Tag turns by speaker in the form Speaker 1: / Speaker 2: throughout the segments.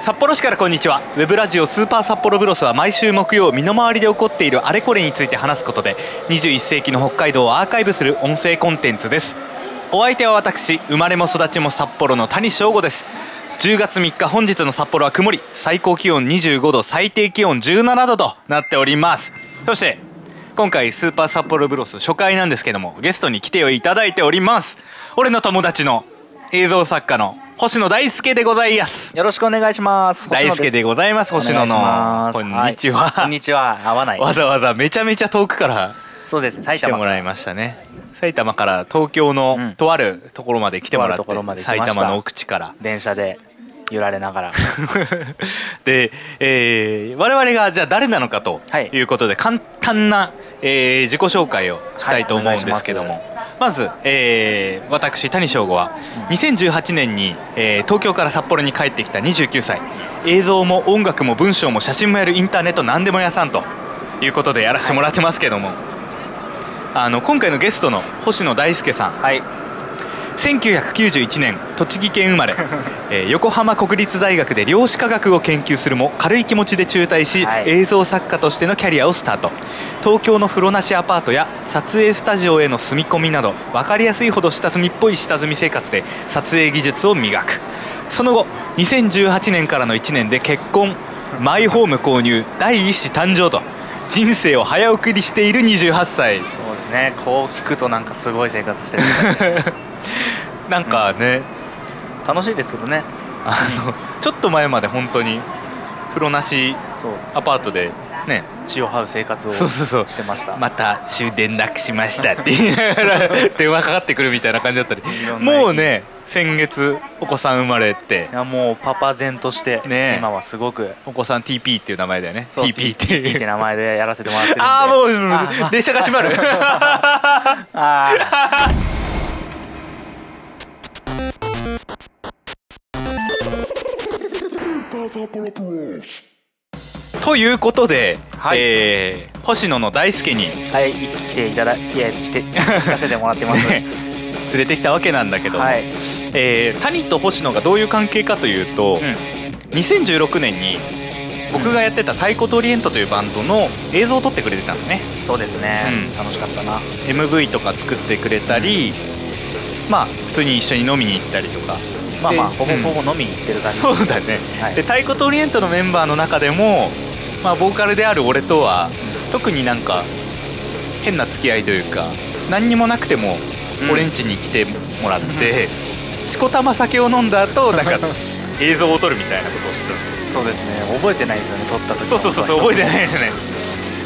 Speaker 1: 札幌市からこんにちはウェブラジオスーパー札幌ブロスは毎週木曜身の回りで起こっているあれこれについて話すことで21世紀の北海道をアーカイブする音声コンテンツですお相手は私生まれも育ちも札幌の谷翔吾です10月3日本日の札幌は曇り最高気温25度最低気温17度となっておりますそして今回スーパー札幌ブロス初回なんですけどもゲストに来ていただいております俺の友達の映像作家の星野大輔でございます
Speaker 2: よろしくお願いします。
Speaker 1: 大輔でご
Speaker 2: い
Speaker 1: ざいます星野のこんにちは、
Speaker 2: こんにちは。合わない。
Speaker 1: わざわざめちゃめちゃ遠くから
Speaker 2: そうです。埼
Speaker 1: 来て
Speaker 2: 玉
Speaker 1: もらいましたね埼玉から東京の
Speaker 2: うん
Speaker 1: とあるところまで来てもらって、
Speaker 2: とあるところまで来ま
Speaker 1: 埼
Speaker 2: した
Speaker 1: 玉の奥地から
Speaker 2: 電車で揺られながら。
Speaker 1: で、えー我々がじゃあ誰なのかと
Speaker 2: はい
Speaker 1: いうことで、簡単な、えー自己紹介をしたいと思うんですけども、
Speaker 2: はいお
Speaker 1: まず、えー私谷翔吾は2018年に、えー東京から札幌に帰ってきた29歳映像も音楽も文章も写真もやるインターネット何でも屋さんということでやらせてもらってますけども、あの今回のゲストの星野大輔さん
Speaker 2: はい。
Speaker 1: 1991年栃木県生 まれ、えー横浜国立大学で量子科学を研究するも軽い気持ちで中退し、
Speaker 2: はい
Speaker 1: 映像作家としてのキャリアをスタート東京の風呂なしアパートや撮影スタジオへの住み込みなど分かりやすいほど下積みっぽい下積み生活で撮影技術を磨くその後2018年からの1年で結婚マイホーム購入第一子誕生と人生を早送りしている28歳
Speaker 2: そうですね。こう聞くとなんかすごい生 活してるみたい。
Speaker 1: なんかね、
Speaker 2: 楽しいですけどね。
Speaker 1: あのちょっと前まで本当に風呂なし
Speaker 2: そう。
Speaker 1: アパートで ね
Speaker 2: 血を這う生活を
Speaker 1: そうそうそう
Speaker 2: してました。
Speaker 1: また終電なくしましたって言いながら 電話かかってくるみたいな感じだったり
Speaker 2: いろんな駅
Speaker 1: もうね先月お子さん生まれて
Speaker 2: いやもうパパ然として、
Speaker 1: ねえ
Speaker 2: 今はすごく
Speaker 1: お子さん TP っていう名前だよね
Speaker 2: そう
Speaker 1: TP って
Speaker 2: いいっ
Speaker 1: い
Speaker 2: て
Speaker 1: う
Speaker 2: 名前でやらせてもらってるんで。
Speaker 1: ああもう
Speaker 2: あ
Speaker 1: うん電車が閉まる
Speaker 2: あー
Speaker 1: ということで、
Speaker 2: はい
Speaker 1: えー星野の大輔に、
Speaker 2: はい。来ていただき来て来させてもらってます。
Speaker 1: ね連れてきたわけなんだけど、
Speaker 2: はい。
Speaker 1: えー谷と星野がどういう関係かというと、
Speaker 2: うん。
Speaker 1: 2016年に僕がやってた「太鼓とオリエント」というバンドの映像を撮ってくれてたのね
Speaker 2: そうですね、
Speaker 1: うん
Speaker 2: 楽しかったな
Speaker 1: MV とか作ってくれたりまあ普通に一緒に飲みに行ったりとか
Speaker 2: まあま
Speaker 1: で
Speaker 2: あほぼ
Speaker 1: うん
Speaker 2: ほぼ飲みに行ってる感じ、
Speaker 1: そうだね、
Speaker 2: はい
Speaker 1: で「太鼓とオリエント」のメンバーの中でも、まあ、ボーカルである俺とは特になんか変な付き合いというか何にもなくても
Speaker 2: うん
Speaker 1: 俺ん家に来てもらって、しこたま酒を飲んだ後なん か映像を撮るみたいなことをしてたの
Speaker 2: そうですね覚えてないですよね撮った時の
Speaker 1: そうそうそうそう覚えてないよね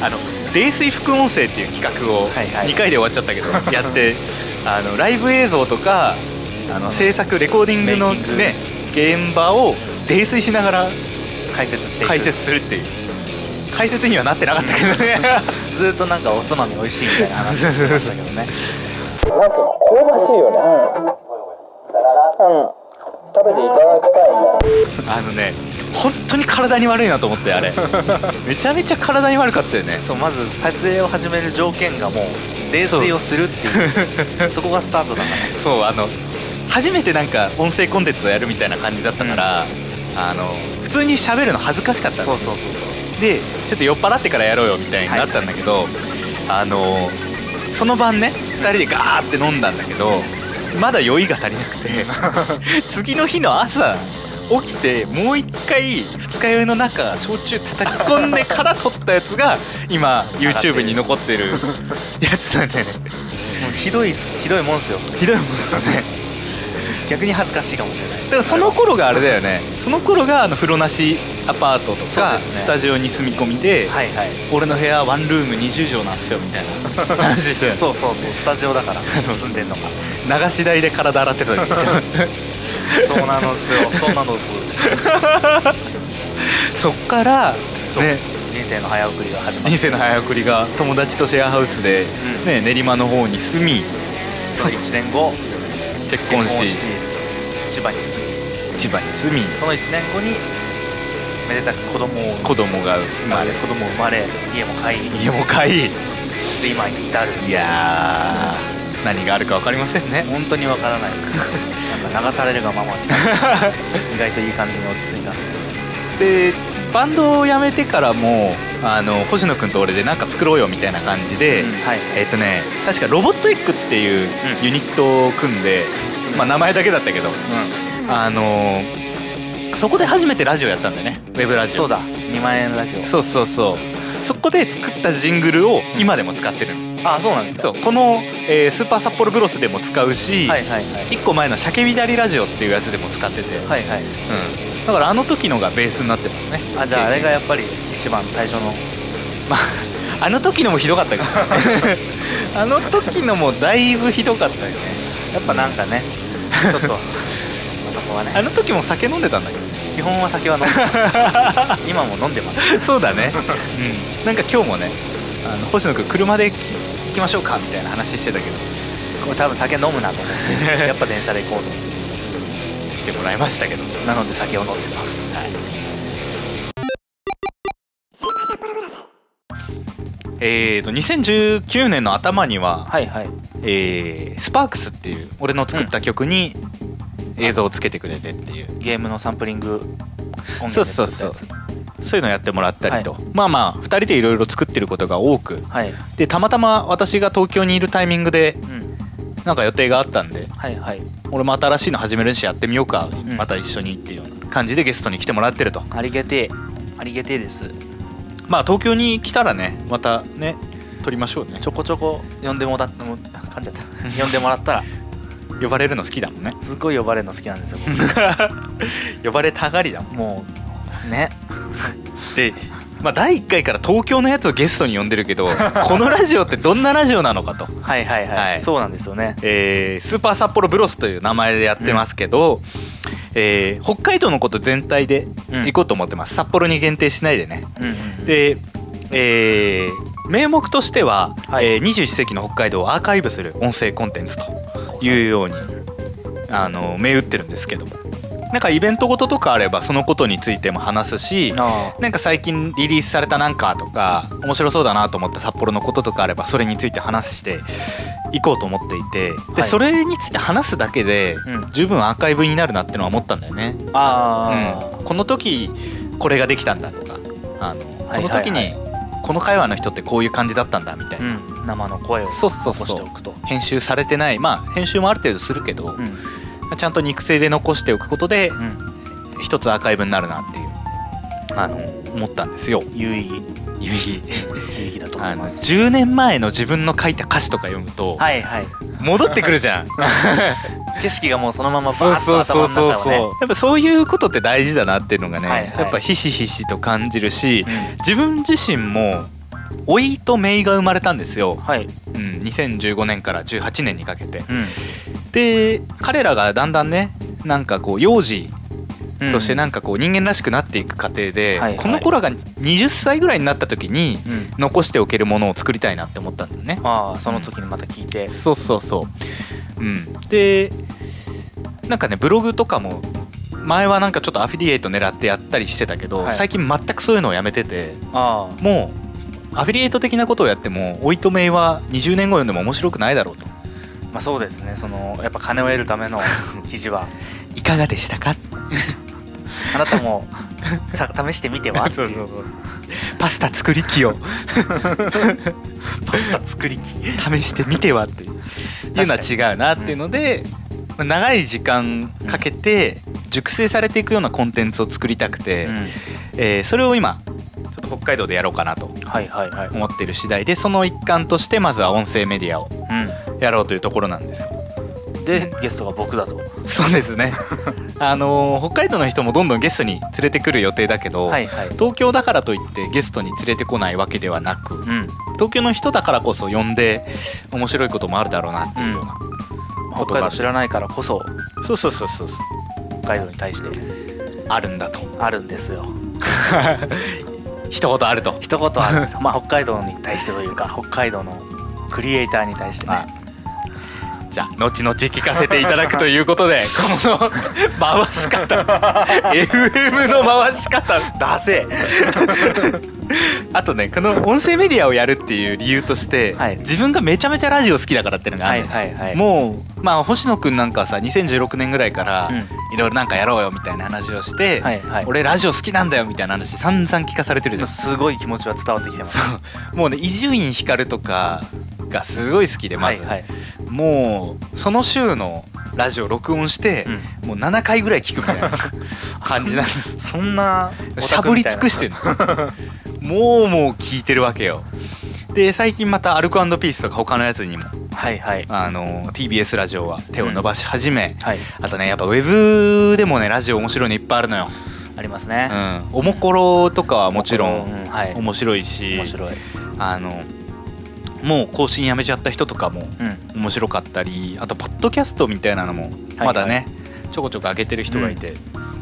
Speaker 1: あの泥酔副音声っていう企画を
Speaker 2: はいはい
Speaker 1: 2回で終わっちゃった けど、やってあのライブ映像とかあの制作レコーディングの
Speaker 2: メイキング
Speaker 1: ね現場を泥酔しながら
Speaker 2: 解説していく
Speaker 1: 解説するっていう解説にはなってなかったけどね、
Speaker 2: ずーっとなんかおつまみ美味しいみたいな話をしてましたけどね
Speaker 3: なんか香ばしいよね。うん。食べていただきたいね。
Speaker 1: あのね本当に体に悪いなと思ってあれめちゃめちゃ体に悪かったよね
Speaker 2: そうまず撮影を始める条件がもう泥酔をするっていう そこがスタートだから
Speaker 1: そうあの初めてなんか音声コンテンツをやるみたいな感じだったから、あの普通に喋るの恥ずかしかったの
Speaker 2: そうそうそうそう
Speaker 1: でちょっと酔っ払ってからやろうよみたいになったんだけど、あのその晩ね2人でガーって飲んだんだけどまだ酔いが足りなく て次の日の朝起きてもう一回二日酔いの中焼酎叩き込んでから撮ったやつが今 YouTube に残って るやつなんでね
Speaker 2: もうひどいっすひどいもんですよ
Speaker 1: ひどいもんですよね
Speaker 2: 逆に恥ずかしいかもしれない
Speaker 1: だからその頃があれだよねその頃があの風呂なしアパートと
Speaker 2: そう
Speaker 1: か、
Speaker 2: ですね
Speaker 1: スタジオに住み込みで、
Speaker 2: はいはい
Speaker 1: 俺の部屋ワンルーム20畳なんすよみたい な話して
Speaker 2: そうそうそうスタジオだ から住んでんのが
Speaker 1: 流し台で体洗ってた時でしょ
Speaker 2: そうなのっすよそうなのっす
Speaker 1: そっから
Speaker 2: そう
Speaker 1: ね
Speaker 2: 人生の早送りが始まる
Speaker 1: 人生の早送りが友達とシェアハウスで、
Speaker 2: うん
Speaker 1: ね練馬の方に住み
Speaker 2: その1年後
Speaker 1: 結
Speaker 2: 結
Speaker 1: 婚
Speaker 2: 婚
Speaker 1: し
Speaker 2: して千葉に住み
Speaker 1: 千葉に住み
Speaker 2: その1年後にめでたく子供を
Speaker 1: 子供が生まれ
Speaker 2: 子供生まれ家も買い
Speaker 1: 家も買い
Speaker 2: で今に至る
Speaker 1: いやー何があるか分かりませんね
Speaker 2: 本当にわ からないですなんか流されるがまま来た意外といい感じに落ち着いたんですよ
Speaker 1: でバンドを辞めてからもあの星野君と俺でなんか作ろうよみたいな感じで、
Speaker 2: うんはい
Speaker 1: えっとね確かロボットエッグっていう
Speaker 2: うん
Speaker 1: ユニットを組んで、まあ、名前だけだったけど、あのそこで初めてラジオやったんだよねウェブラジオ
Speaker 2: そうだ2万円ラジオ
Speaker 1: そうそうそうそこで作ったジングルを今でも使ってるの
Speaker 2: あそうなんですか
Speaker 1: そうこの、えースーパー札幌ブロス」でも使うし、
Speaker 2: はいはいはい
Speaker 1: 1個前の「鮭びだりラジオ」っていうやつでも使ってて、
Speaker 2: はいはい
Speaker 1: うん、だからあの時のがベースになってますね
Speaker 2: あじゃああれがやっぱり一番最初の
Speaker 1: まあ、 あの時のもひどか ったけどねあの時のもだいぶひどかったよね
Speaker 2: やっぱなんかねちょ っとあそこは
Speaker 1: あ
Speaker 2: ね
Speaker 1: の時も酒飲んでたんだけどね
Speaker 2: 基本は酒は飲んでます今も飲んでます
Speaker 1: そうだね、うん、なんか今日もねあの星野君車でき行きましょうかみたいな話してたけど
Speaker 2: これ多分酒飲むなと思ってやっぱ電車で行こうと思っ
Speaker 1: 来てもらいましたけど
Speaker 2: てなので酒を飲んでますはい
Speaker 1: えーと2019年の頭には、
Speaker 2: はいはい
Speaker 1: えースパークスっていう俺の作った曲に映像をつけてくれてっていう
Speaker 2: ゲームのサンプリング音源
Speaker 1: そう
Speaker 2: で
Speaker 1: そう
Speaker 2: 作った
Speaker 1: そ
Speaker 2: や
Speaker 1: う
Speaker 2: つ
Speaker 1: そういうのやってもらったりと、まあまあ2人でいろいろ作ってることが多く
Speaker 2: はい、
Speaker 1: でたまたま私が東京にいるタイミングで
Speaker 2: うん、
Speaker 1: なんか予定があったんで
Speaker 2: はいはい
Speaker 1: 俺も新しいの始めるしやってみようか、
Speaker 2: ん
Speaker 1: また一緒にっていうような感じでゲストに来てもらってると
Speaker 2: ありがてえありがてえです
Speaker 1: まあ東京に来たらねまたね撮りましょうね
Speaker 2: ちょこちょこ呼んでもらったも噛んじゃった 呼んでもらったら
Speaker 1: 呼ばれるの好きだもんね
Speaker 2: すっごい呼ばれるの好きなん ですよ僕
Speaker 1: 呼ばれたがりだもん
Speaker 2: もうね
Speaker 1: でまあ第1回から東京のやつをゲストに呼んでる けどこのラジオってどんなラジオなのかと
Speaker 2: はいはいはい、
Speaker 1: はい
Speaker 2: そうなんですよね
Speaker 1: えースーパー札幌ブロスという名前でやってますけど、えー北海道のこと全体で行こうと思ってます、札幌に限定しないでね
Speaker 2: うんうん
Speaker 1: で、えー名目としては、
Speaker 2: はい
Speaker 1: えー21世紀の北海道をアーカイブする音声コンテンツというようにあの銘打ってるんですけどもなんかイベントごととかあればそのことについても話すし
Speaker 2: あ
Speaker 1: なんか最近リリースされたなんかとか面白そうだなと思った札幌のこととかあればそれについて話していこうと思っていてで、
Speaker 2: はい
Speaker 1: それについて話すだけで
Speaker 2: うん
Speaker 1: 十分アーカイブになるなってのは思ったんだよね。
Speaker 2: ああ
Speaker 1: うん、この時これができたんだとかあの
Speaker 2: はいはいはい
Speaker 1: この時にこの会話の人ってこういう感じだったんだみたい
Speaker 2: ーう
Speaker 1: な、
Speaker 2: ん生の声を
Speaker 1: そうそう
Speaker 2: 残し
Speaker 1: そ
Speaker 2: て
Speaker 1: う
Speaker 2: おくと
Speaker 1: 編集されてないまあ編集もある程度するけど、
Speaker 2: うん
Speaker 1: ちゃんと肉声で残しておくことで
Speaker 2: うん
Speaker 1: 一つアーカイブになるなっていうあの思ったんですよ。
Speaker 2: 有意義
Speaker 1: ゆい
Speaker 2: 有意義だと 思
Speaker 1: あ
Speaker 2: い
Speaker 1: の
Speaker 2: ます
Speaker 1: 10年前の自分の書いた歌詞とか読むと、
Speaker 2: はいはい
Speaker 1: 戻ってくるじ ゃん
Speaker 2: 景色がもうそのまま
Speaker 1: そう
Speaker 2: バーッ
Speaker 1: そ
Speaker 2: と
Speaker 1: うそ
Speaker 2: 頭の
Speaker 1: う
Speaker 2: 中を
Speaker 1: そうそ
Speaker 2: ね
Speaker 1: うやっぱそういうことって大事だなっていうのがね、
Speaker 2: はいはい
Speaker 1: やっぱひしひしと感じるし、
Speaker 2: うん
Speaker 1: 自分自身も老いと姪が生まれたんですよ、
Speaker 2: はい
Speaker 1: うん、2015年から18年にかけて
Speaker 2: うん
Speaker 1: で彼らがだんだんねなんかこう幼児としてなんかこう人間らしくなっていく過程で、
Speaker 2: はいはい
Speaker 1: この子らが20歳ぐらいになった時に
Speaker 2: うん
Speaker 1: 残しておけるものを作りたいなって思ったんだよね
Speaker 2: ああその時にまた聞いて
Speaker 1: そうそうそう。うん、でなんかねブログとかも前はなんかちょっとアフィリエイト狙ってやったりしてたけど、
Speaker 2: はい
Speaker 1: 最近全くそういうのをやめてて
Speaker 2: ああ
Speaker 1: もうアフィリエイト的なことをやってもおいとめいは20年後読んでも面白くないだろうと。
Speaker 2: まあそうですねそのやっぱ金を得るため の記事はい
Speaker 1: かがでしたか
Speaker 2: あなたもさ試してみて はっていう
Speaker 1: パスタ作り機を
Speaker 2: パスタ作り 機
Speaker 1: 試してみてはって いういうのは違うなっていうので、まあ長い時間かけて熟成されていくようなコンテンツを作りたくて。
Speaker 2: うん
Speaker 1: えーそれを今ちょっと北海道でやろうかなと
Speaker 2: はいはいはい
Speaker 1: 思ってる次第でその一環としてまずは音声メディアをやろうというところなんですよ
Speaker 2: うんでゲストが僕だと
Speaker 1: そうです ねあのー北海道の人もどんどんゲストに連れてくる予定だけど、
Speaker 2: はいはい
Speaker 1: 東京だからといってゲストに連れてこないわけではなく
Speaker 2: うん
Speaker 1: 東京の人だからこそ呼んで面白いこともあるだろうなっていうような、こと
Speaker 2: 北海
Speaker 1: が
Speaker 2: 道知らないからこそ
Speaker 1: そうそうそうそうそう
Speaker 2: 北海道に対して
Speaker 1: あるんだと
Speaker 2: あるんですよ
Speaker 1: 一言あると
Speaker 2: 一言あるんですよまあ北海道に対してというか北海道のクリエイターに対してね
Speaker 1: はいじゃあ後々聞かせていただくということ でこの回し方 FM の回し方
Speaker 2: ダセ
Speaker 1: あとねこの音声メディアをやるっていう理由として、
Speaker 2: はい
Speaker 1: 自分がめちゃめちゃラジオ好きだからっていうの
Speaker 2: え
Speaker 1: があ
Speaker 2: は
Speaker 1: る
Speaker 2: い
Speaker 1: のね、
Speaker 2: はいはい
Speaker 1: もうまあ星野くんなんかはさ2016年ぐらいから、
Speaker 2: うん
Speaker 1: いろいろなんかやろうよみたいな話をして、
Speaker 2: はいはい
Speaker 1: 俺ラジオ好きなんだよみたいな話散々聞かされてるじゃん
Speaker 2: すごい気持ちは伝わってきてます
Speaker 1: もうね伊集院光とかがすごい好きでまず、
Speaker 2: はいはい
Speaker 1: もうその週のラジオ録音して、もう7回ぐらい聞くみたいな 感じなんで
Speaker 2: そんな
Speaker 1: しゃぶり尽くしてんのもうもう聞いてるわけよで最近またアルコピースとか他のやつにも
Speaker 2: はいはい
Speaker 1: あの TBS ラジオは手を伸ばし始め、
Speaker 2: はい
Speaker 1: あとねやっぱウェブでもねラジオ面白いのいっぱいあるのよ、
Speaker 2: ありますね
Speaker 1: うん、おもころとかはもちろ
Speaker 2: うんんはい
Speaker 1: 面白いし
Speaker 2: 面白い
Speaker 1: あのもう更新やめちゃった人とかも
Speaker 2: うん
Speaker 1: 面白かったりあとポッドキャストみたいなのも
Speaker 2: はい
Speaker 1: まだね、ちょこちょこ上げてる人がいて、っ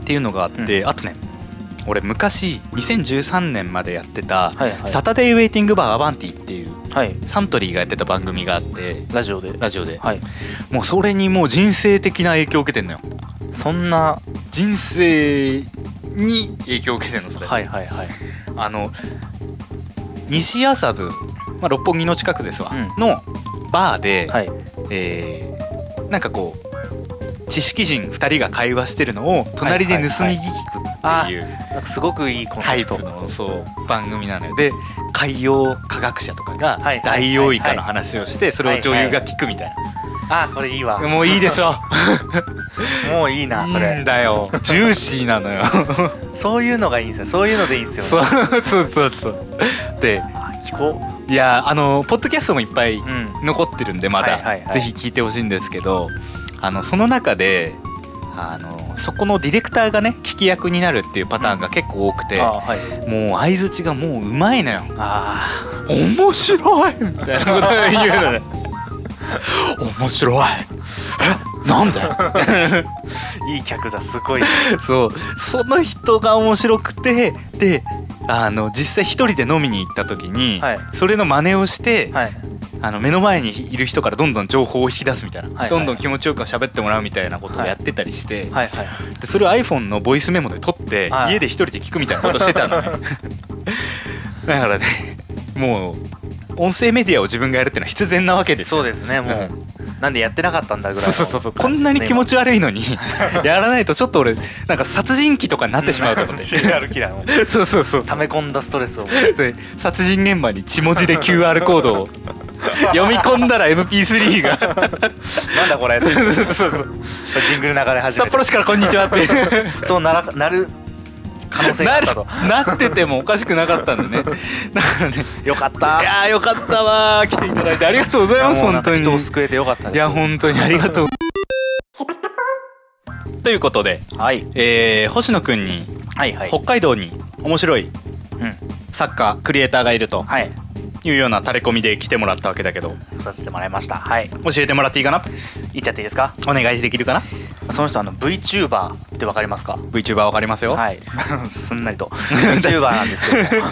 Speaker 1: ていうのがあって、
Speaker 2: う
Speaker 1: あとね俺昔2013年までやってた
Speaker 2: はい
Speaker 1: 「
Speaker 2: はい
Speaker 1: サタデーウェイティングバーアバンティ」っていう
Speaker 2: はい
Speaker 1: サントリーがやってた番組があって
Speaker 2: ラジオで
Speaker 1: ラジオで
Speaker 2: はい
Speaker 1: もうそれにもう人生的な影響を受けてんのよ
Speaker 2: そんな
Speaker 1: 人生に影響を受けてんのそれ、
Speaker 2: はいはいはい
Speaker 1: あの西麻布、まあ、六本木の近くですわ、
Speaker 2: うん
Speaker 1: のバーで、
Speaker 2: はい
Speaker 1: えーなんかこう知識人2人が会話してるのを隣で盗み聞き
Speaker 2: はい
Speaker 1: って
Speaker 2: はい
Speaker 1: いう
Speaker 2: なんかすごくいいコン
Speaker 1: タ
Speaker 2: セ
Speaker 1: イ
Speaker 2: プト
Speaker 1: プのそう番組なのよで海洋科学者とかが
Speaker 2: はい
Speaker 1: ダイオウイカの話をしてそれを女優が聞くみたい
Speaker 2: あこれいいわ
Speaker 1: なもういいでしょ
Speaker 2: もういいなそ
Speaker 1: いいん
Speaker 2: れ
Speaker 1: だよジューシーなのよ
Speaker 2: そういうのがいいんですよそういうのでいいんです
Speaker 1: そ
Speaker 2: よ
Speaker 1: うそうそうそうで
Speaker 2: あ聞こ
Speaker 1: いやあのポッドキャストもいっぱい
Speaker 2: うんうん
Speaker 1: 残ってるんでまだ、
Speaker 2: はいはいはい
Speaker 1: ぜひ聞いてほしいんですけどあのその中であのそこのディレクターがね聞き役になるっていうパターンが結構多くて、
Speaker 2: あはい
Speaker 1: もう相づちがもううまいのよ
Speaker 2: あ
Speaker 1: 面白いみたいなことを言うのね 面白いえなんで
Speaker 2: ーいい客だすごい
Speaker 1: そうその人が面白くてであの実際一人で飲みに行った時に、
Speaker 2: はい
Speaker 1: それの真似をして、
Speaker 2: はい
Speaker 1: あの目の前にいる人からどんどん情報を引き出すみたいな、
Speaker 2: はい
Speaker 1: どんどん気持ちよく喋ってもらうみたいなことをやってたりして、
Speaker 2: はいはい
Speaker 1: でそれを iPhone のボイスメモで撮って、
Speaker 2: はい
Speaker 1: 家で一人で聞くみたいなことしてた のねだからねもう音声メディアを自分がやるっていうのは必然なわけです
Speaker 2: そう
Speaker 1: よ
Speaker 2: ですねもう、なんでやってなかったんだぐらい
Speaker 1: そう
Speaker 2: の
Speaker 1: そうそうそうこんなに気持ち悪いのにやらないとちょっと俺なんか殺人鬼とかになってしまうと思って、
Speaker 2: CR キラー も
Speaker 1: そうそうそう
Speaker 2: 溜め込んだストレスを
Speaker 1: で殺人現場に血文字で QR コードを読み込んだら MP3 が
Speaker 2: なんだこれ
Speaker 1: そうそうそう
Speaker 2: ジングル流れ始
Speaker 1: 札
Speaker 2: めて
Speaker 1: 幌市からこんにちはって
Speaker 2: そうならなる可能性があ
Speaker 1: な
Speaker 2: ったと
Speaker 1: るなっててもおかしくなかった んでねだからね
Speaker 2: よかっ
Speaker 1: い
Speaker 2: た
Speaker 1: やーよかったわー来ていただいてありがとうございます
Speaker 2: も
Speaker 1: 本
Speaker 2: うなんか
Speaker 1: 当に
Speaker 2: 人を救えてよかったです
Speaker 1: いや本当にありがとう ということで、
Speaker 2: はい
Speaker 1: えー星野くんに
Speaker 2: はいはい
Speaker 1: 北海道に面白い
Speaker 2: うん
Speaker 1: 作家クリエイターがいると
Speaker 2: はい
Speaker 1: いうようなタレコミで来てもらったわけだけど
Speaker 2: 出させてもらいましたはい
Speaker 1: 教えてもらっていいかな
Speaker 2: 言っちゃっていいですか
Speaker 1: お願いできるかな
Speaker 2: その人あの VTuber ってわかりますか
Speaker 1: VTuber わかりますよ、
Speaker 2: はい すんなりと VTuber なんですけども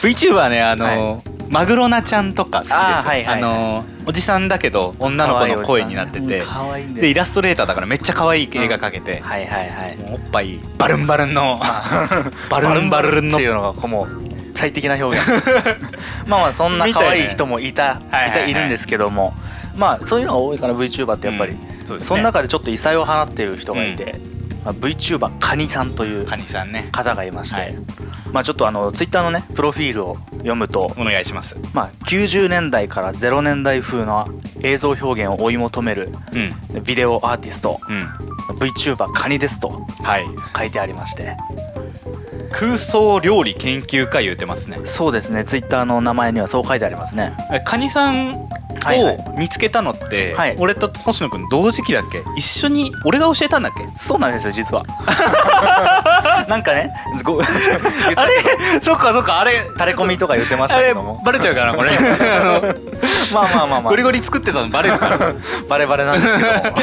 Speaker 1: VTuber ねあのマグロナちゃんとか好きです
Speaker 2: あーはいはいはい
Speaker 1: あのおじさんだけど女の子の声になってて
Speaker 2: 可愛いん
Speaker 1: でイ
Speaker 2: で
Speaker 1: ラストレーターだからめっちゃ可愛い絵が描けて、
Speaker 2: はいはいはい
Speaker 1: もうおっぱいバルンバルン のバルンバルン
Speaker 2: っ
Speaker 1: の
Speaker 2: ていうのがこうもう最適な表 現まあまあそんな可愛い人もいたい
Speaker 1: たいねはいはいは
Speaker 2: た
Speaker 1: い
Speaker 2: いるんですけどもまあそういうのが多いかな VTuber ってやっぱり、
Speaker 1: うんそうですね
Speaker 2: その中でちょっと異彩を放っている人がいて、まあ、VTuber カニさんという
Speaker 1: カニさんね
Speaker 2: 方がいまして、
Speaker 1: はい
Speaker 2: まあちょっとあの Twitter のねプロフィールを読むと、
Speaker 1: お願いします
Speaker 2: まあ、90年代から0年代風の映像表現を追い求める
Speaker 1: うん
Speaker 2: ビデオアーティスト
Speaker 1: うん
Speaker 2: VTuber カニですと
Speaker 1: はい
Speaker 2: 書いてありまして
Speaker 1: 空想料理研究会言ってますね
Speaker 2: そうですね Twitter の名前にはそう書いてありますね
Speaker 1: カニさんを
Speaker 2: はいはい
Speaker 1: 見つけたのって、
Speaker 2: はい
Speaker 1: 俺と星野くん同時期だっけ一緒に俺が教えたんだっけ
Speaker 2: そうなんですよ実 はなんかねご言った
Speaker 1: あれそっかそっかあれ
Speaker 2: タレコミとか言ってまし
Speaker 1: あ
Speaker 2: た
Speaker 1: れ
Speaker 2: けども
Speaker 1: バレちゃうかなこれ あ
Speaker 2: まあまあまあま
Speaker 1: の
Speaker 2: あ
Speaker 1: ゴリゴリ作ってたのバレるから ち
Speaker 2: バレバレなんですけ ども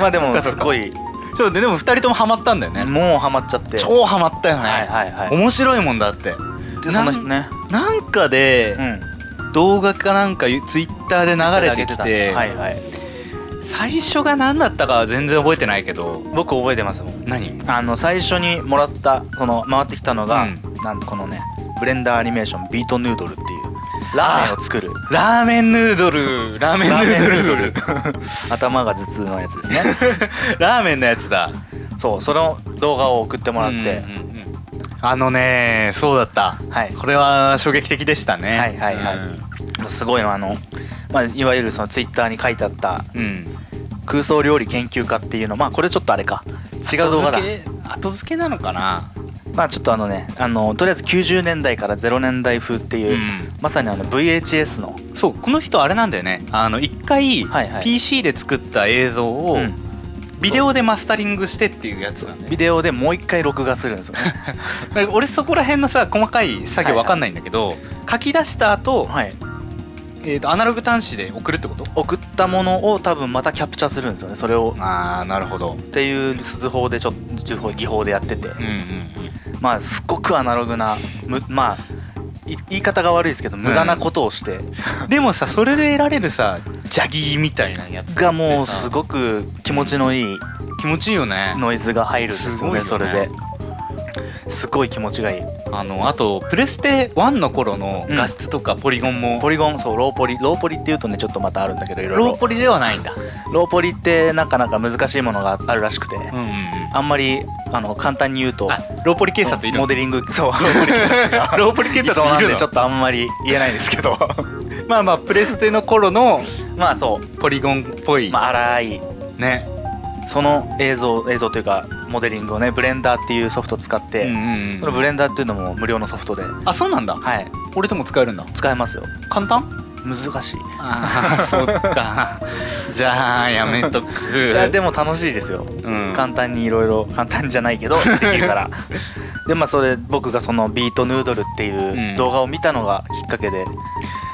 Speaker 2: まあでも
Speaker 1: そ
Speaker 2: す
Speaker 1: っかそっか
Speaker 2: ごい
Speaker 1: ょっとねでも2人ともハマったんだよね
Speaker 2: もうハマっちゃって
Speaker 1: 超ハマったよね、
Speaker 2: はいはいはい
Speaker 1: 面白いもんだって
Speaker 2: でその人ね
Speaker 1: なんかで
Speaker 2: う、ん
Speaker 1: 動画かなんかツイッターで流れてきて、
Speaker 2: はいはい
Speaker 1: 最初が何だったかは全然覚えてないけど
Speaker 2: 僕覚えてますもん
Speaker 1: 何
Speaker 2: あの最初にもらったその回ってきたのが、
Speaker 1: うん
Speaker 2: なんとこのねブレンダーアニメーションビートヌードルっていうラーメンを作る
Speaker 1: ラーメンヌードルラーメンヌ
Speaker 2: ラーメンヌ
Speaker 1: ー
Speaker 2: ー
Speaker 1: ド
Speaker 2: ド
Speaker 1: ル
Speaker 2: ル頭が頭痛のやつですね
Speaker 1: ラーメンのやつだ
Speaker 2: そうその動画を送ってもらって、
Speaker 1: うんうんうんあのねそうだった、
Speaker 2: はい
Speaker 1: これは衝撃的でしたね
Speaker 2: はいはいはい、すごいのあの、まあ、いわゆるそのツイッターに書いてあった
Speaker 1: うん、うん
Speaker 2: 空想料理研究家っていうのまあこれちょっとあれか違う動画だ
Speaker 1: 後付け後付けなのかな
Speaker 2: まあちょっとあのねあのとりあえず90年代から0年代風ってい
Speaker 1: う
Speaker 2: う、
Speaker 1: ん
Speaker 2: まさにあの VHS の
Speaker 1: そうこの人あれなんだよねあの一回
Speaker 2: はいはい
Speaker 1: PC で作った映像を
Speaker 2: うん
Speaker 1: ビデオでマスタリングしてっていうやつなんだよ
Speaker 2: ビデオでもう一回録画するんですよね
Speaker 1: なんか俺そこら辺のさ細かい作業わかんないんだけど、書き出した後、
Speaker 2: はい
Speaker 1: えーとアナログ端子で送るってこと
Speaker 2: 送ったものを多分またキャプチャするんですよねそれを
Speaker 1: ああなるほど
Speaker 2: っていう術法でちょっと技法でやってて
Speaker 1: うんうん
Speaker 2: まあすっごくアナログなむまあい言い方が悪いですけど無駄なことをして、
Speaker 1: うんでもさそれで得られるさジャギーみたいなやつ
Speaker 2: がもうす
Speaker 1: い
Speaker 2: ごく気持ちのいい
Speaker 1: 気持ちいいよね
Speaker 2: ノイズが入るんですよね
Speaker 1: すご
Speaker 2: そ
Speaker 1: いよ
Speaker 2: れ
Speaker 1: ね
Speaker 2: で。すごい気持ちがいい
Speaker 1: あのあとプレステ1の頃の画質とかポリゴンも、
Speaker 2: ポリゴンそうローポリローポリっていうとねちょっとまたあるんだけどいろいろ
Speaker 1: ローポリではないんだ
Speaker 2: ローポリってなかなか難しいものがあるらしくて、
Speaker 1: うんうんうん
Speaker 2: あんまりあの簡単に言うと
Speaker 1: あローポリ警察いる
Speaker 2: モ
Speaker 1: の
Speaker 2: デリングそうローポリ警察が
Speaker 1: ローポリ 警
Speaker 2: そう
Speaker 1: 察
Speaker 2: ないん
Speaker 1: る
Speaker 2: で
Speaker 1: の
Speaker 2: ちょっとあんまり言えないですけど
Speaker 1: まあまあプレステの頃の
Speaker 2: まあそ、
Speaker 1: ポリゴンっぽいう
Speaker 2: まあ、荒い
Speaker 1: ね
Speaker 2: その映像映像というかモデリングをねブレンダーっていうソフト使っ
Speaker 1: うんうん
Speaker 2: て、そ
Speaker 1: うん
Speaker 2: のブレンダーっていうのも無料のソフトでは
Speaker 1: あそうなんだ
Speaker 2: い
Speaker 1: 俺でも使えるんだ
Speaker 2: 使えますよ
Speaker 1: 簡単
Speaker 2: 難しい
Speaker 1: ああそっか じゃあやめとく
Speaker 2: いやでも楽しいですよ、
Speaker 1: うん
Speaker 2: 簡単にいろいろ簡単じゃないけどできるから でまあそれ僕がそのビートヌードルって
Speaker 1: う
Speaker 2: い
Speaker 1: ん
Speaker 2: う動画を見たのがきっかけで、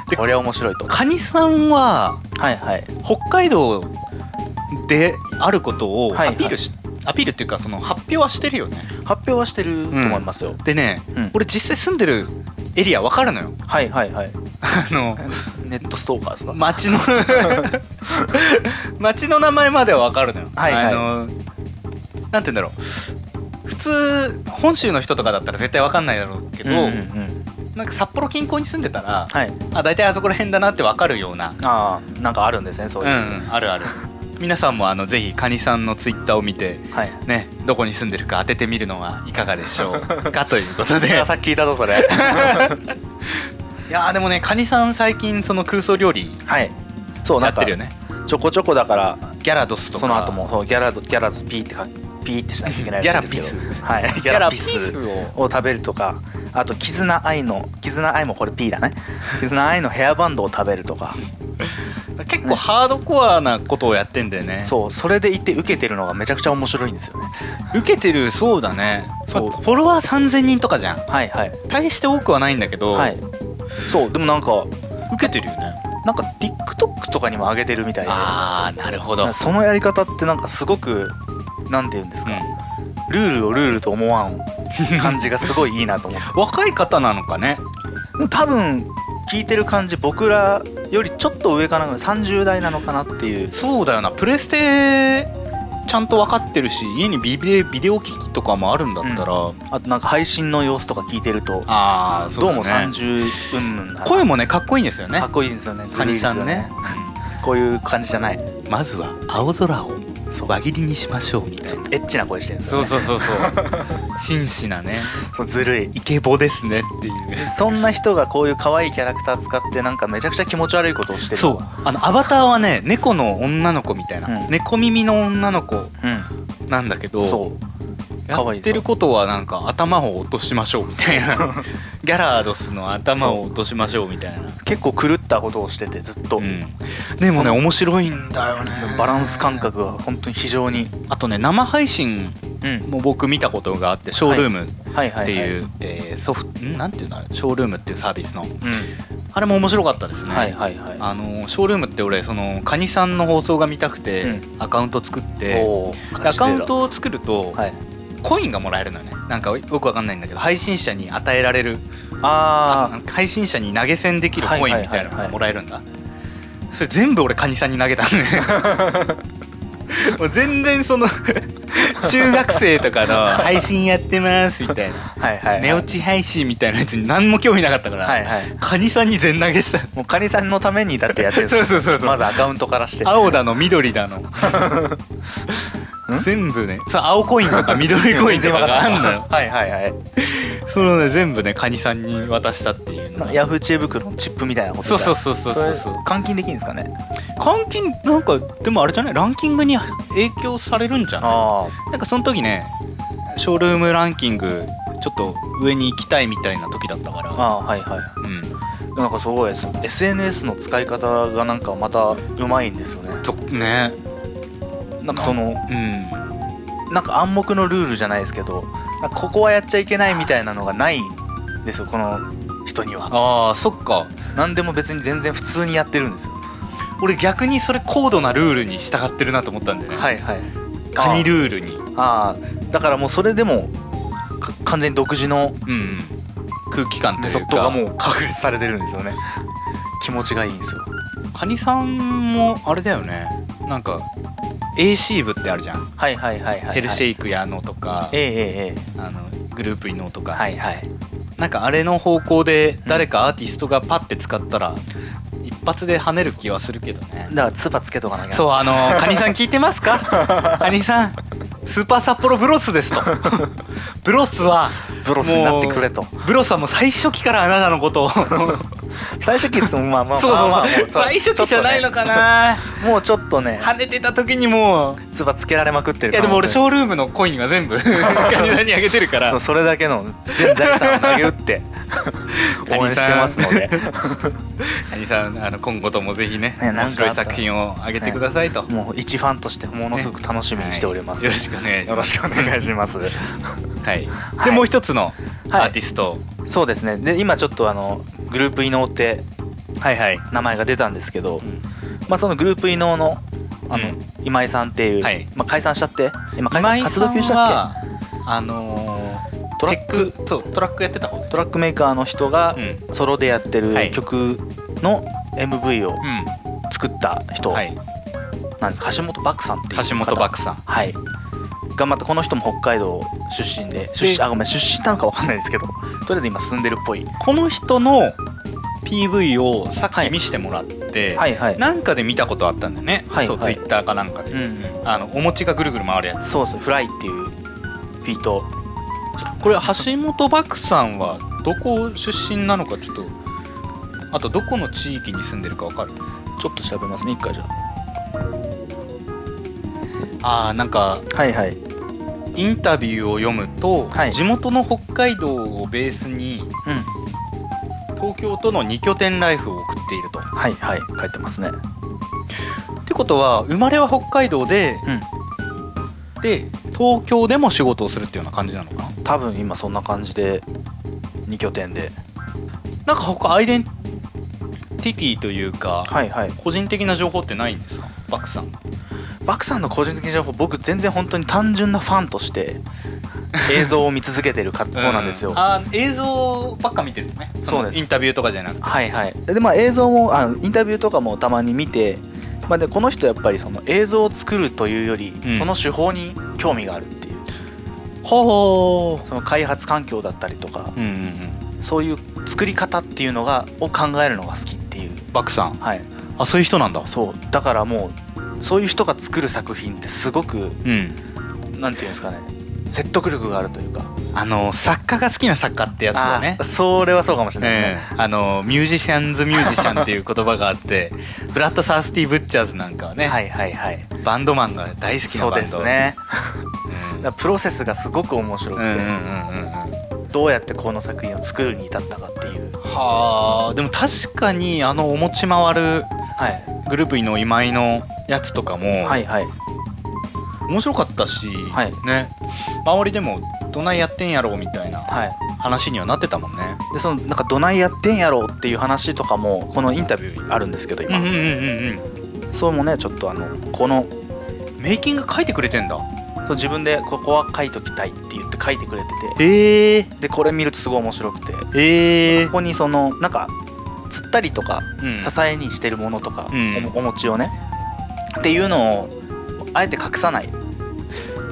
Speaker 1: で
Speaker 2: これは面白いと
Speaker 1: カニさんは
Speaker 2: はいはい
Speaker 1: 北海道であることを
Speaker 2: はい
Speaker 1: ア
Speaker 2: はい
Speaker 1: ピールし、アピールっていうかその発表はしてるよね
Speaker 2: 発表はしてると思いますよ、
Speaker 1: でね、
Speaker 2: うん
Speaker 1: 俺実際住んでるエリアわかるのよ
Speaker 2: はいはいはい
Speaker 1: あの
Speaker 2: ネットストーカーですか、
Speaker 1: 町の 町の名前まではわかるのよ、
Speaker 2: はいはい
Speaker 1: あのなんて言うんだろう普通本州の人とかだったら絶対わかんないだろうけど、
Speaker 2: うんうんうん
Speaker 1: なんか札幌近郊に住んでたら、
Speaker 2: はい
Speaker 1: あ大体あそこら辺だなってわかるような
Speaker 2: ああなんかあるんですねそう
Speaker 1: うん
Speaker 2: いう、
Speaker 1: うんあるある皆さんもあのぜひカニさんのツイッターを見て
Speaker 2: はい
Speaker 1: ねどこに住んでるか当ててみるのはいかがでしょうかということで
Speaker 2: いやさっき聞いたぞそれ
Speaker 1: いやーでもねカニさん最近その空想料理
Speaker 2: はいそう
Speaker 1: や
Speaker 2: なん
Speaker 1: って
Speaker 2: か
Speaker 1: るよね
Speaker 2: ちょこちょこだから
Speaker 1: ギャラドスとか
Speaker 2: その後もそうギャラドギャラズピーってかピーってしなきゃいけないらしいんですけど
Speaker 1: ギャラピス
Speaker 2: はいギ
Speaker 1: ギ
Speaker 2: ャ
Speaker 1: ャラ
Speaker 2: ラ
Speaker 1: ピ
Speaker 2: ピ
Speaker 1: ス
Speaker 2: スを食べるとかあと絆愛の絆愛もこれ P だね絆愛のヘアバンドを食べるとか
Speaker 1: 結構ハードコアなことをやってんだよね
Speaker 2: そうそれでいて受けてるのがめちゃくちゃ面白いんですよね
Speaker 1: 受けてるそうだね
Speaker 2: そう
Speaker 1: まあフォロワー3000人とかじゃん
Speaker 2: はいはい
Speaker 1: 大して多くはないんだけど、
Speaker 2: はいそうでもなんか
Speaker 1: 受けてるよね
Speaker 2: なんか TikTok とかにも上げてるみたいで
Speaker 1: ああなるほど、うん、
Speaker 2: そのやり方ってなんかすごくなんて言うんですか、ルールをルールと思わん感じがすごいいいなと思って
Speaker 1: 若い方なのかね
Speaker 2: 多分聞いてる感じ僕らよりちょっと上かな30代なのかなっていう
Speaker 1: そうだよなプレステちゃんと分かってるし家にビデビデオ機器とかもあるんだったら、
Speaker 2: あとなんか配信の様子とか聞いてると
Speaker 1: ああそう
Speaker 2: ど
Speaker 1: だ、
Speaker 2: う
Speaker 1: ね、
Speaker 2: も30うんぬんだな
Speaker 1: 声もねかっこいいんですよね
Speaker 2: かっこいいですよね
Speaker 1: カニさんね
Speaker 2: ずるいですよこういう感じじゃない
Speaker 1: まずは青空を輪切りにしましょうみたい
Speaker 2: ちょ
Speaker 1: な
Speaker 2: っとエッチな声してるんです
Speaker 1: そ
Speaker 2: よ
Speaker 1: う
Speaker 2: ね
Speaker 1: そうそうそう紳士なね
Speaker 2: そうずるい
Speaker 1: イケボですねっていう
Speaker 2: そんな人がこういう可愛いキャラクター使ってなんかめちゃくちゃ気持ち悪いことをしてる
Speaker 1: そうあのアバターはね猫の女の子みたいな、
Speaker 2: うん
Speaker 1: 猫耳の女の子
Speaker 2: う
Speaker 1: なんだけど
Speaker 2: んそう
Speaker 1: や
Speaker 2: かわい
Speaker 1: っ
Speaker 2: い
Speaker 1: てることはなんか頭を落としましょうみたいなギャラードスの頭を落としましょうみたいな
Speaker 2: 結構狂ったことをしててずっと、
Speaker 1: うん、でもね面白いんだよね
Speaker 2: バランス感覚が本当に非常に、
Speaker 1: あとね生配信
Speaker 2: うん、
Speaker 1: も僕見たことがあってショールームっ
Speaker 2: はいはいはい
Speaker 1: ていう、えーソフトんなんていうんだろうショールームっていうサービスの
Speaker 2: う
Speaker 1: あれも面白かったです
Speaker 2: ん
Speaker 1: ね、
Speaker 2: はいはいはい
Speaker 1: あのショールームって俺そのカニさんの放送が見たくて、
Speaker 2: う
Speaker 1: アカウント作って
Speaker 2: おー
Speaker 1: でアカウントを作ると、
Speaker 2: はい、
Speaker 1: コインがもらえるのよねなんかよくわかんないんだけど配信者に与えられる
Speaker 2: あ
Speaker 1: 配信者に投げ銭できるコインみたいなのがもらえるんだそれ全部俺カニさんに投げたのねもう全然その中学生とかの配信やってますみたいな
Speaker 2: はいはい、はい、
Speaker 1: 寝落ち配信みたいなやつに何も興味なかったから、
Speaker 2: はいはい
Speaker 1: カニさんに全投げした
Speaker 2: もうカニさんのためにだってやってるんです
Speaker 1: そうそうそうそう
Speaker 2: まずアカウントからして
Speaker 1: 青だの緑だ の全部ねそう青コインとか緑コインとかがあんの よ
Speaker 2: はいはいはい
Speaker 1: そのね全部ねカニさんに渡したっていうの
Speaker 2: な
Speaker 1: が
Speaker 2: んかヤフー知恵袋のチップみたいなこ
Speaker 1: そ
Speaker 2: と
Speaker 1: う
Speaker 2: で
Speaker 1: そうそうそうそう
Speaker 2: そ
Speaker 1: そうう
Speaker 2: 換金できるんですかね
Speaker 1: 監禁なんかでもあれじゃないランキングに影響されるんじゃない
Speaker 2: あ
Speaker 1: なんかその時ねショールームランキングちょっと上に行きたいみたいな時だったか
Speaker 2: あ
Speaker 1: ら
Speaker 2: ああはいはい
Speaker 1: うん
Speaker 2: なんかすごいその SNS の使い方がなんかまたうまいんですよね
Speaker 1: そね
Speaker 2: なんかその
Speaker 1: うん
Speaker 2: なんか暗黙のルールじゃないですけどなんかここはやっちゃいけないみたいなのがないんですよこの人には
Speaker 1: あーそっか
Speaker 2: 何でも別に全然普通にやってるんですよ
Speaker 1: 俺逆にそれ高度なルールに従ってるなと思ったんだよね、
Speaker 2: はいはい
Speaker 1: カニルールに
Speaker 2: ああだからもうそれでもか完全に独自の
Speaker 1: うんうん空気感と
Speaker 2: メ
Speaker 1: いう
Speaker 2: ソ
Speaker 1: か
Speaker 2: ッドがもう確立されてるんですよね気持ちがいいんですよ
Speaker 1: カニさんもあれだよねなんか AC 部ってあるじゃん、
Speaker 2: はいはいはいはい
Speaker 1: ヘルシェ
Speaker 2: イ
Speaker 1: イクやのとか、
Speaker 2: えええええ
Speaker 1: あのグループイノと
Speaker 2: え
Speaker 1: か、
Speaker 2: はいはい
Speaker 1: なんかあれの方向で誰かアーティストがパッて使ったら一発で跳ねる気はするけどね
Speaker 2: だからツバつけとかなきゃ
Speaker 1: そうあの「カニさん聞いてます かカニさんスーパー札幌ブロスです」と「ブロスは
Speaker 2: ブロスになってくれと
Speaker 1: もうブロスはもう最初期からあなたのことをそうそう
Speaker 2: 最初期ですもんまあまあ
Speaker 1: そう、
Speaker 2: まあまあもうさ
Speaker 1: 最初期じゃないのかな、
Speaker 2: ちょっとねもうちょっとね
Speaker 1: 跳ねてた時にもう
Speaker 2: ツバつけられまくってる
Speaker 1: いやでも俺シ
Speaker 2: ョ
Speaker 1: ョールームのコインは全 部カニさんにあげてるから
Speaker 2: それだけの全財産を投げ打って 応援してますので
Speaker 1: カニさんあの今後ともぜひね
Speaker 2: ねな
Speaker 1: 面
Speaker 2: んかあ
Speaker 1: 白
Speaker 2: っ
Speaker 1: い
Speaker 2: たら
Speaker 1: 作品をあげてくださいと、
Speaker 2: もう一ファンとしてものすごく楽しみにしております、
Speaker 1: はいよろしくお願いします
Speaker 2: よろしくお願いします
Speaker 1: はい、で、
Speaker 2: はい
Speaker 1: もう一つの
Speaker 2: はい
Speaker 1: アーティスト、
Speaker 2: そうですねで今ちょっとあのグループ伊能って
Speaker 1: はい、はい
Speaker 2: 名前が出たんですけど、まあ、そのグループ伊能のあの、
Speaker 1: うん
Speaker 2: 今井さんっていう、
Speaker 1: はい
Speaker 2: まあ、解散しちゃって今
Speaker 1: 今
Speaker 2: 解散
Speaker 1: 井
Speaker 2: 活
Speaker 1: さ
Speaker 2: 動
Speaker 1: ん
Speaker 2: 休止だっ
Speaker 1: はあのー、
Speaker 2: トラ
Speaker 1: テックそうトラックやってた方
Speaker 2: けトラックメーカーの人が
Speaker 1: う
Speaker 2: ソロでやって
Speaker 1: は
Speaker 2: る
Speaker 1: い
Speaker 2: 曲の MV を
Speaker 1: う
Speaker 2: 作った人
Speaker 1: んは
Speaker 2: なんで
Speaker 1: い
Speaker 2: す、橋本漠さんっていう方
Speaker 1: 橋本漠さん
Speaker 2: はいがまたこの人も北海道出身で出身あごめん出身なのかわかんないですけどとりあえず今住んでるっぽい
Speaker 1: この人の PV をさっき見してもらって、
Speaker 2: はいはい
Speaker 1: なんかで見たことあったんだよね、
Speaker 2: はい
Speaker 1: そうツ
Speaker 2: は
Speaker 1: イ
Speaker 2: い
Speaker 1: ッターかなんかで、
Speaker 2: うんうん
Speaker 1: あのお餅がぐるぐる回るや
Speaker 2: そうそうフライっていうフィート
Speaker 1: つこれ橋本漠さんはどこ出身なのかちょっとあとどこの地域に住んでるかわかる
Speaker 2: ちょっと調べますね一回じゃあ
Speaker 1: ああなんか
Speaker 2: はいはい
Speaker 1: インタビューを読むと、
Speaker 2: はい
Speaker 1: 地元の北海道をベースに
Speaker 2: うん
Speaker 1: 東京との2拠点ライフを送っていると。っ
Speaker 2: はいはい書いてますね
Speaker 1: てことは生まれは北海道で
Speaker 2: うん
Speaker 1: で東京でも仕事をするっていうような感じなのかな
Speaker 2: 多分今そんな感じで2拠点で
Speaker 1: なんか他アイデンティティというか、
Speaker 2: はいはい
Speaker 1: 個人的な情報ってないんですかバクさん
Speaker 2: バクさんの個人的情報僕全然本当に単純なファンとして映像を見続けてる格好なんですよ、
Speaker 1: あー映像ばっか見てるのね
Speaker 2: そう
Speaker 1: の
Speaker 2: です
Speaker 1: インタビューとかじゃなくて
Speaker 2: はいはいでまあ映像もあインタビューとかもたまに見て、まあ、でこの人やっぱりその映像を作るというより、
Speaker 1: うん
Speaker 2: その手法に興味があるっていう
Speaker 1: ほ
Speaker 2: その開発環境だったりとか
Speaker 1: うんうんうん
Speaker 2: そういう作り方っていうのがを考えるのが好きっていう
Speaker 1: バクさん
Speaker 2: はい
Speaker 1: あそういう人なんだ
Speaker 2: そうだからもうそういう人が作る作品ってすごく
Speaker 1: うん
Speaker 2: なんていうんですかね説得力があるというか
Speaker 1: あの作家が好きな作家ってやつだよね
Speaker 2: あーそれはそうかもしれないです
Speaker 1: え
Speaker 2: ね、
Speaker 1: えあのミュージシャンズ・ミュージシャンっていう言葉があって ブラッド・サースティー・ブッチャーズなんかはね、
Speaker 2: はいはいはい
Speaker 1: バンドマンが大好きな
Speaker 2: そ
Speaker 1: バンド
Speaker 2: うですね
Speaker 1: うん
Speaker 2: だからプロセスがすごく面白
Speaker 1: う
Speaker 2: く
Speaker 1: んう
Speaker 2: て、
Speaker 1: んうんうんうん
Speaker 2: どうやってこの作品を作るに至ったかっていう
Speaker 1: はあでも確かにあのお餅回る
Speaker 2: はい
Speaker 1: グループの今井のやつとかも、
Speaker 2: はいはい
Speaker 1: 面白かったし、
Speaker 2: はい
Speaker 1: ね周りでもどないやってんやろうみたいな
Speaker 2: はい
Speaker 1: 話にはなってたもんね
Speaker 2: でそのなんかどないやってんやろうっていう話とかもこのインタビューにあるんですけど今、
Speaker 1: うんうんうん
Speaker 2: それもねちょっとあのこの
Speaker 1: うんメイキング書いてくれてんだ
Speaker 2: そう自分でここは書いときたいって言って書いてくれて
Speaker 1: ええ
Speaker 2: てでこれ見るとすごい面白くてこ
Speaker 1: ええ
Speaker 2: こにそのなんか釣ったりとか
Speaker 1: うん
Speaker 2: 支えにしてるものとか、
Speaker 1: うん
Speaker 2: おお餅をねっていうのをあえて隠さないっ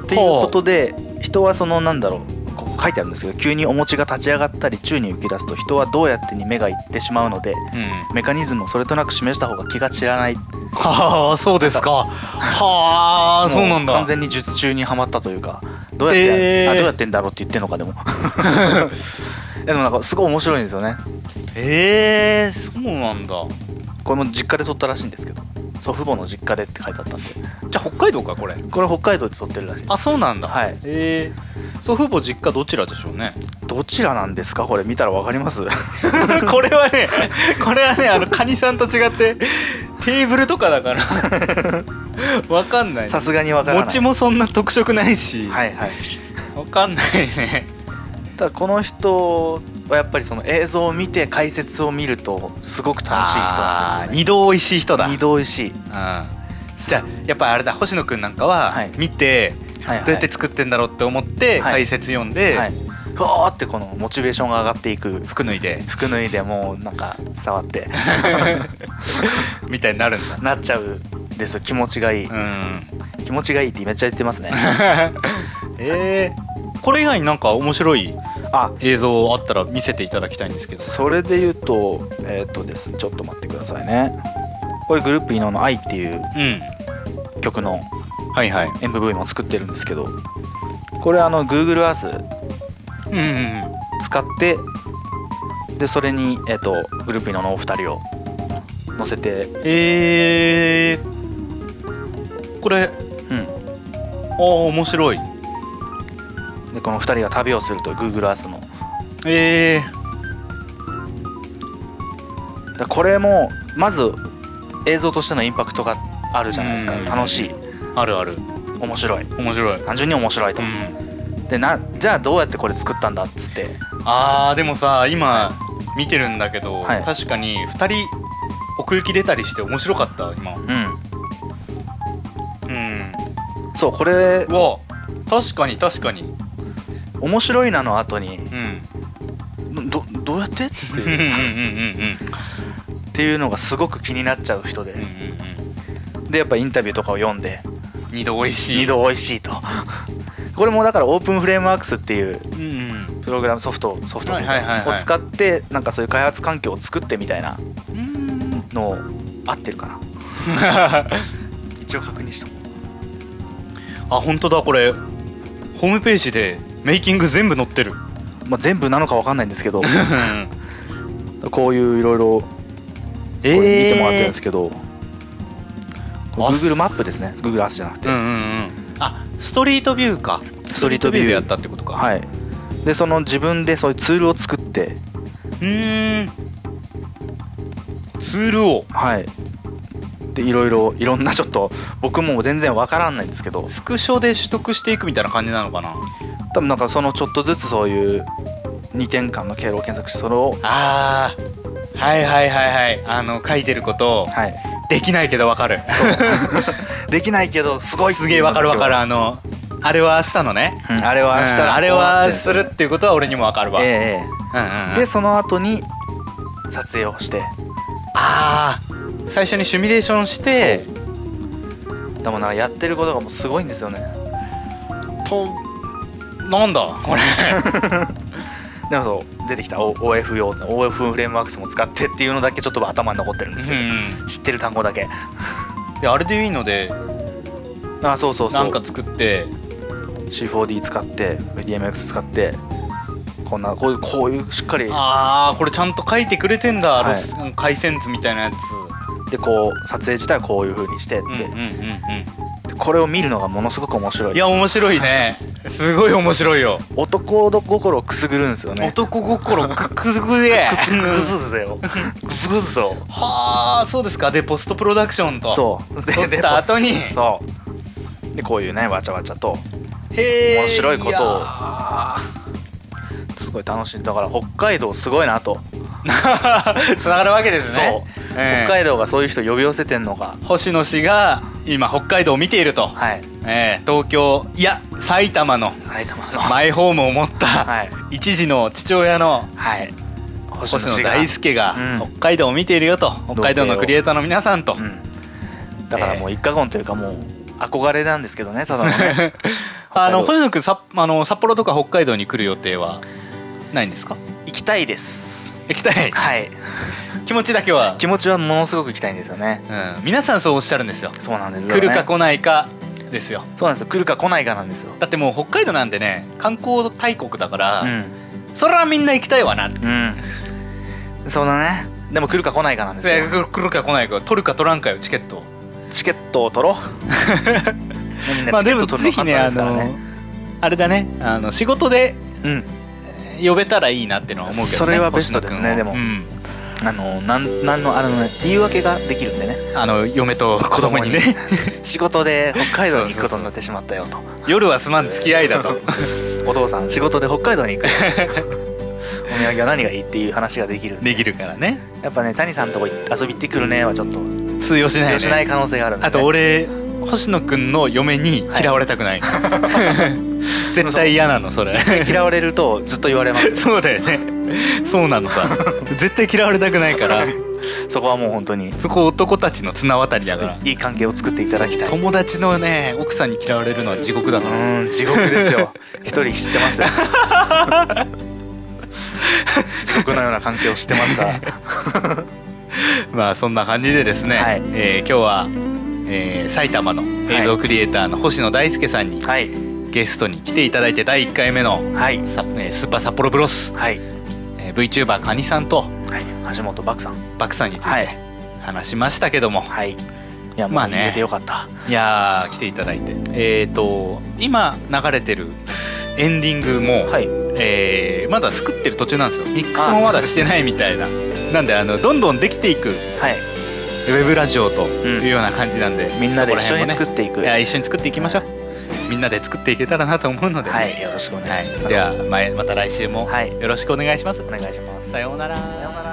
Speaker 2: ていうことで人はそのなんだろうここ書いてあるんですけど急にお餅が立ち上がったり宙に浮き出すと人はどうやってに目がいってしまうので
Speaker 1: うん
Speaker 2: メカニズムをそれとなく示した方が気が散らない
Speaker 1: はあそうですかはあそうなんだ
Speaker 2: も完全に術中にはまったというかどうやって、
Speaker 1: えー
Speaker 2: あどうやってんだろうって言ってんのかで も でもなんかすごい面白いんですよね
Speaker 1: ええそうなんだ
Speaker 2: これも実家で撮ったらしいんですけど祖父母の実家でって書いてあったんで
Speaker 1: じゃあ北海道かこれ
Speaker 2: これ北海道で撮ってるらしいです
Speaker 1: あそうなんだ
Speaker 2: はい
Speaker 1: ええ祖父母実家どちらでしょうね
Speaker 2: どちらなんですかこれ見たらわかります
Speaker 1: これはねこれはねあのカニさんと違ってテーブルとかだから わかんない
Speaker 2: さすがにわからない
Speaker 1: 餅もそんな特色ないし、
Speaker 2: はいはい
Speaker 1: わかんないね
Speaker 2: ただこの人はやっぱりその映像を見て解説を見るとすごく楽しい人なんですよ、ね、
Speaker 1: 二度おいしい人だ
Speaker 2: 二度おいしい、
Speaker 1: うんじゃあやっぱりあれだ星野くんなんかは
Speaker 2: はい
Speaker 1: 見て、
Speaker 2: はい
Speaker 1: どうやって作ってんだろうって思って
Speaker 2: はい
Speaker 1: 解説読んで、
Speaker 2: はい、ふわーってこのモチベーションが上がっていく
Speaker 1: 服脱い で
Speaker 2: 服脱いでもうなんか触って
Speaker 1: みたいになるんだ
Speaker 2: なっちゃうんですよ気持ちがいい、
Speaker 1: うん
Speaker 2: 気持ちがいいってめっちゃ言ってますね
Speaker 1: えー、これ以外になんか面白い
Speaker 2: あ
Speaker 1: 映像あったら見せていただきたいんですけど
Speaker 2: それで言うとえーっ、とですねちょっと待ってくださいねこれグループ伊野の「愛」っていう
Speaker 1: うん
Speaker 2: 曲の
Speaker 1: はいはい
Speaker 2: MV も作ってるんですけどこれあの Google Earth
Speaker 1: うんうん
Speaker 2: 使ってでそれに、えー、とグループのお二人を載せて、
Speaker 1: えー、これ
Speaker 2: うん、
Speaker 1: ああ面白い
Speaker 2: でこの二人が旅をすると Google Earth の
Speaker 1: え
Speaker 2: だこれもまず映像としてのインパクトがあるじゃないですか
Speaker 1: うん
Speaker 2: 楽しい
Speaker 1: ー、あるある
Speaker 2: 面白い
Speaker 1: 面白い、
Speaker 2: 単純に面白いと、
Speaker 1: うん、
Speaker 2: でなじゃあどうやってこれ作ったんだっつって
Speaker 1: あーでもさ今見てるんだけど、
Speaker 2: はい
Speaker 1: 確かに2人奥行き出たりして面白かった今
Speaker 2: うん
Speaker 1: うん
Speaker 2: そうこれ
Speaker 1: うわ確かに確かに
Speaker 2: 面白いなの後に
Speaker 1: うん
Speaker 2: どどうやってっ
Speaker 1: うんうんうんうんうん
Speaker 2: ていうのがすごく気になっちゃう人で
Speaker 1: うんうん
Speaker 2: でやっぱインタビューとかを読んで
Speaker 1: 二度おいしい
Speaker 2: 二度美味しいと これもだからオープンフレームワークスっていう
Speaker 1: うんうん
Speaker 2: プログラムソフトソフトを
Speaker 1: はいはいはいはい
Speaker 2: 使ってなんかそういう開発環境を作ってみたいな
Speaker 1: うーん
Speaker 2: のを合ってるかな 一応確認した
Speaker 1: あ本当だこれホームページでメイキング全部載って る
Speaker 2: まあ、全部なのかわかんないんです けどこういういろいろ見
Speaker 1: ー
Speaker 2: てもらってるんですけど、
Speaker 1: あ
Speaker 2: Google マップですね Google アースじゃなくて、
Speaker 1: うんうんうんあストリートビューか
Speaker 2: ストリートビュー
Speaker 1: でやったってことか
Speaker 2: はいでその自分でそういうツールを作って
Speaker 1: うーんツールを
Speaker 2: はいでいろいろいろんなちょっと僕も全然わからんないんですけど
Speaker 1: スクショで取得していくみたいな感じなのかな
Speaker 2: 多分なんかそのちょっとずつそういう2点間の経路を検索してそれを
Speaker 1: あーはいはいはいはいあの書いてること
Speaker 2: はい
Speaker 1: できないけどわかる
Speaker 2: できないけどすごい
Speaker 1: すげえわかるわかる、あのあれはしたのね
Speaker 2: うんあれは明日
Speaker 1: うんあれはするっていうことは俺にもわかるわ、
Speaker 2: ええ
Speaker 1: うんうんうん
Speaker 2: でその後に撮影をして
Speaker 1: ああ最初にシミュレーションして
Speaker 2: でもなんかやってることがもうすごいんですよね
Speaker 1: となんだこれ
Speaker 2: でもそう出てきた O- OF 用の OF フレームワークスも使ってっていうのだけちょっと頭に残ってるんで す
Speaker 1: う
Speaker 2: けど、
Speaker 1: ん
Speaker 2: 知ってる単語だけ
Speaker 1: いやあれでいいので
Speaker 2: あそうそうそ
Speaker 1: な
Speaker 2: う
Speaker 1: んか作って、
Speaker 2: C4D 使って DMX 使ってこんなこういうこういうしっかり
Speaker 1: ああこれちゃんと書いてくれてんだ、
Speaker 2: はい
Speaker 1: ロス回線図みたいなやつ
Speaker 2: でこう撮影自体はこういう風にしてって、
Speaker 1: うんうんうん
Speaker 2: でこれを見るのがものすごく面白
Speaker 1: う
Speaker 2: い
Speaker 1: んいや面白いねすごい面白いよ、
Speaker 2: 男心をくすぐるんですよね
Speaker 1: 男心くくすぐで
Speaker 2: くすぐずだよ くすぐずぞ
Speaker 1: はあそうですかでポストプロダクションと
Speaker 2: そう
Speaker 1: 撮った後に
Speaker 2: ポスそうでこういうねわちゃわちゃと
Speaker 1: へえ
Speaker 2: 面白いことを
Speaker 1: を
Speaker 2: すごい楽しいだから北海道すごいなと、
Speaker 1: つながるわけですね
Speaker 2: そう、
Speaker 1: ええ
Speaker 2: 北海道がそういう人呼び寄せてんのか
Speaker 1: 星野氏が今北海道を見ていると、
Speaker 2: はい
Speaker 1: ええ東京いや埼玉の
Speaker 2: 埼玉の
Speaker 1: マイホームを持った
Speaker 2: はい
Speaker 1: 一児の父親の
Speaker 2: はい星
Speaker 1: 星野大輔が
Speaker 2: うん
Speaker 1: 北海道を見ているよと北海道のクリエイターの皆さんと
Speaker 2: うんだからもう一過言というかもう憧れなんですけどねただ のね
Speaker 1: あの
Speaker 2: 北
Speaker 1: 星野君さあの札幌とか北海道に来る予定はないんですか
Speaker 2: 行きたいです
Speaker 1: 行きたい
Speaker 2: はい
Speaker 1: 気持ちだけは、
Speaker 2: 気持ちはものすごく行きたいんですよね
Speaker 1: うん、皆さんそうおっしゃるんですよ
Speaker 2: そうなんですよ、ね、
Speaker 1: 来るか来ないかですよ
Speaker 2: そうなんですよ来るか来ないかなんですよ
Speaker 1: だってもう北海道なんでね観光大国だから、
Speaker 2: うん
Speaker 1: それはみんな行きたいわなって
Speaker 2: うんそうだねでも来るか来ないかなんです
Speaker 1: で
Speaker 2: よ
Speaker 1: 来るか来ないか取るか取らんかよチケットを
Speaker 2: チケットを取ろう みんなチケット取るの簡単ですからね,、
Speaker 1: あれだねあの仕事で
Speaker 2: うん
Speaker 1: 呼べたらいいなってのは思うけどね
Speaker 2: それはベストです
Speaker 1: 星野
Speaker 2: ね
Speaker 1: 君を
Speaker 2: でも
Speaker 1: うん
Speaker 2: あのなんなんのあのね言い訳ができるん でね
Speaker 1: あの嫁と子供にね
Speaker 2: 子仕事で北海道に行くことになってしまったよと
Speaker 1: 夜はすまん付き合いだ と
Speaker 2: お父さん仕事で北海道 に行くよお土産は何がいいっていう話ができるんで
Speaker 1: できるからね
Speaker 2: やっぱね谷さんとこ行って遊び行ってくるねはちょっと通
Speaker 1: 通用しない,、ね、
Speaker 2: 用しない可能性があるんで、ね、
Speaker 1: あと俺星野くんの嫁に嫌われたく ない、絶対嫌なのそれ
Speaker 2: 嫌われるとずっと言われます
Speaker 1: そうだよねそうなのさ絶対嫌われたくないから
Speaker 2: そこはもう本当に
Speaker 1: そこ男たちの綱渡りだから
Speaker 2: いい関係を作っていただきたい
Speaker 1: 友達のね奥さんに嫌われるのは地獄だ
Speaker 2: う
Speaker 1: から
Speaker 2: ーん地獄です よ一人知って ますよ地獄のような関係を知ってますから
Speaker 1: まあそんな感じでですね、
Speaker 2: はい
Speaker 1: えー今日は、えー埼玉の映像クリエイターの星野大輔さんに
Speaker 2: はい
Speaker 1: ゲストに来ていただいて第1回目の
Speaker 2: はい
Speaker 1: さえースーパー札幌ブロス、
Speaker 2: はい、
Speaker 1: えー VTuber カニさんと
Speaker 2: はい、橋本漠さん
Speaker 1: バクさんについ
Speaker 2: はい
Speaker 1: て話しましたけども、
Speaker 2: はいいやもう
Speaker 1: まあね
Speaker 2: 言えてよかった、
Speaker 1: い、やー来ていただいてえっ、と今流れてるエンディングも、
Speaker 2: はい
Speaker 1: えーまだ作ってる途中なんですよミックスもまだしてないみたいななんであのどんどんできていくウ
Speaker 2: はい
Speaker 1: ェブラジオというような感じなんで、
Speaker 2: みんなで一緒に
Speaker 1: そこら辺もね
Speaker 2: 作っていく
Speaker 1: いや一緒に作っていきましょうみんなで作っていけたらなと思うので、
Speaker 2: はいよろしくお願
Speaker 1: はいい
Speaker 2: します、
Speaker 1: ではままた来週も
Speaker 2: はい
Speaker 1: よろしくお願いします、
Speaker 2: お願いします
Speaker 1: さようなら
Speaker 2: さようなら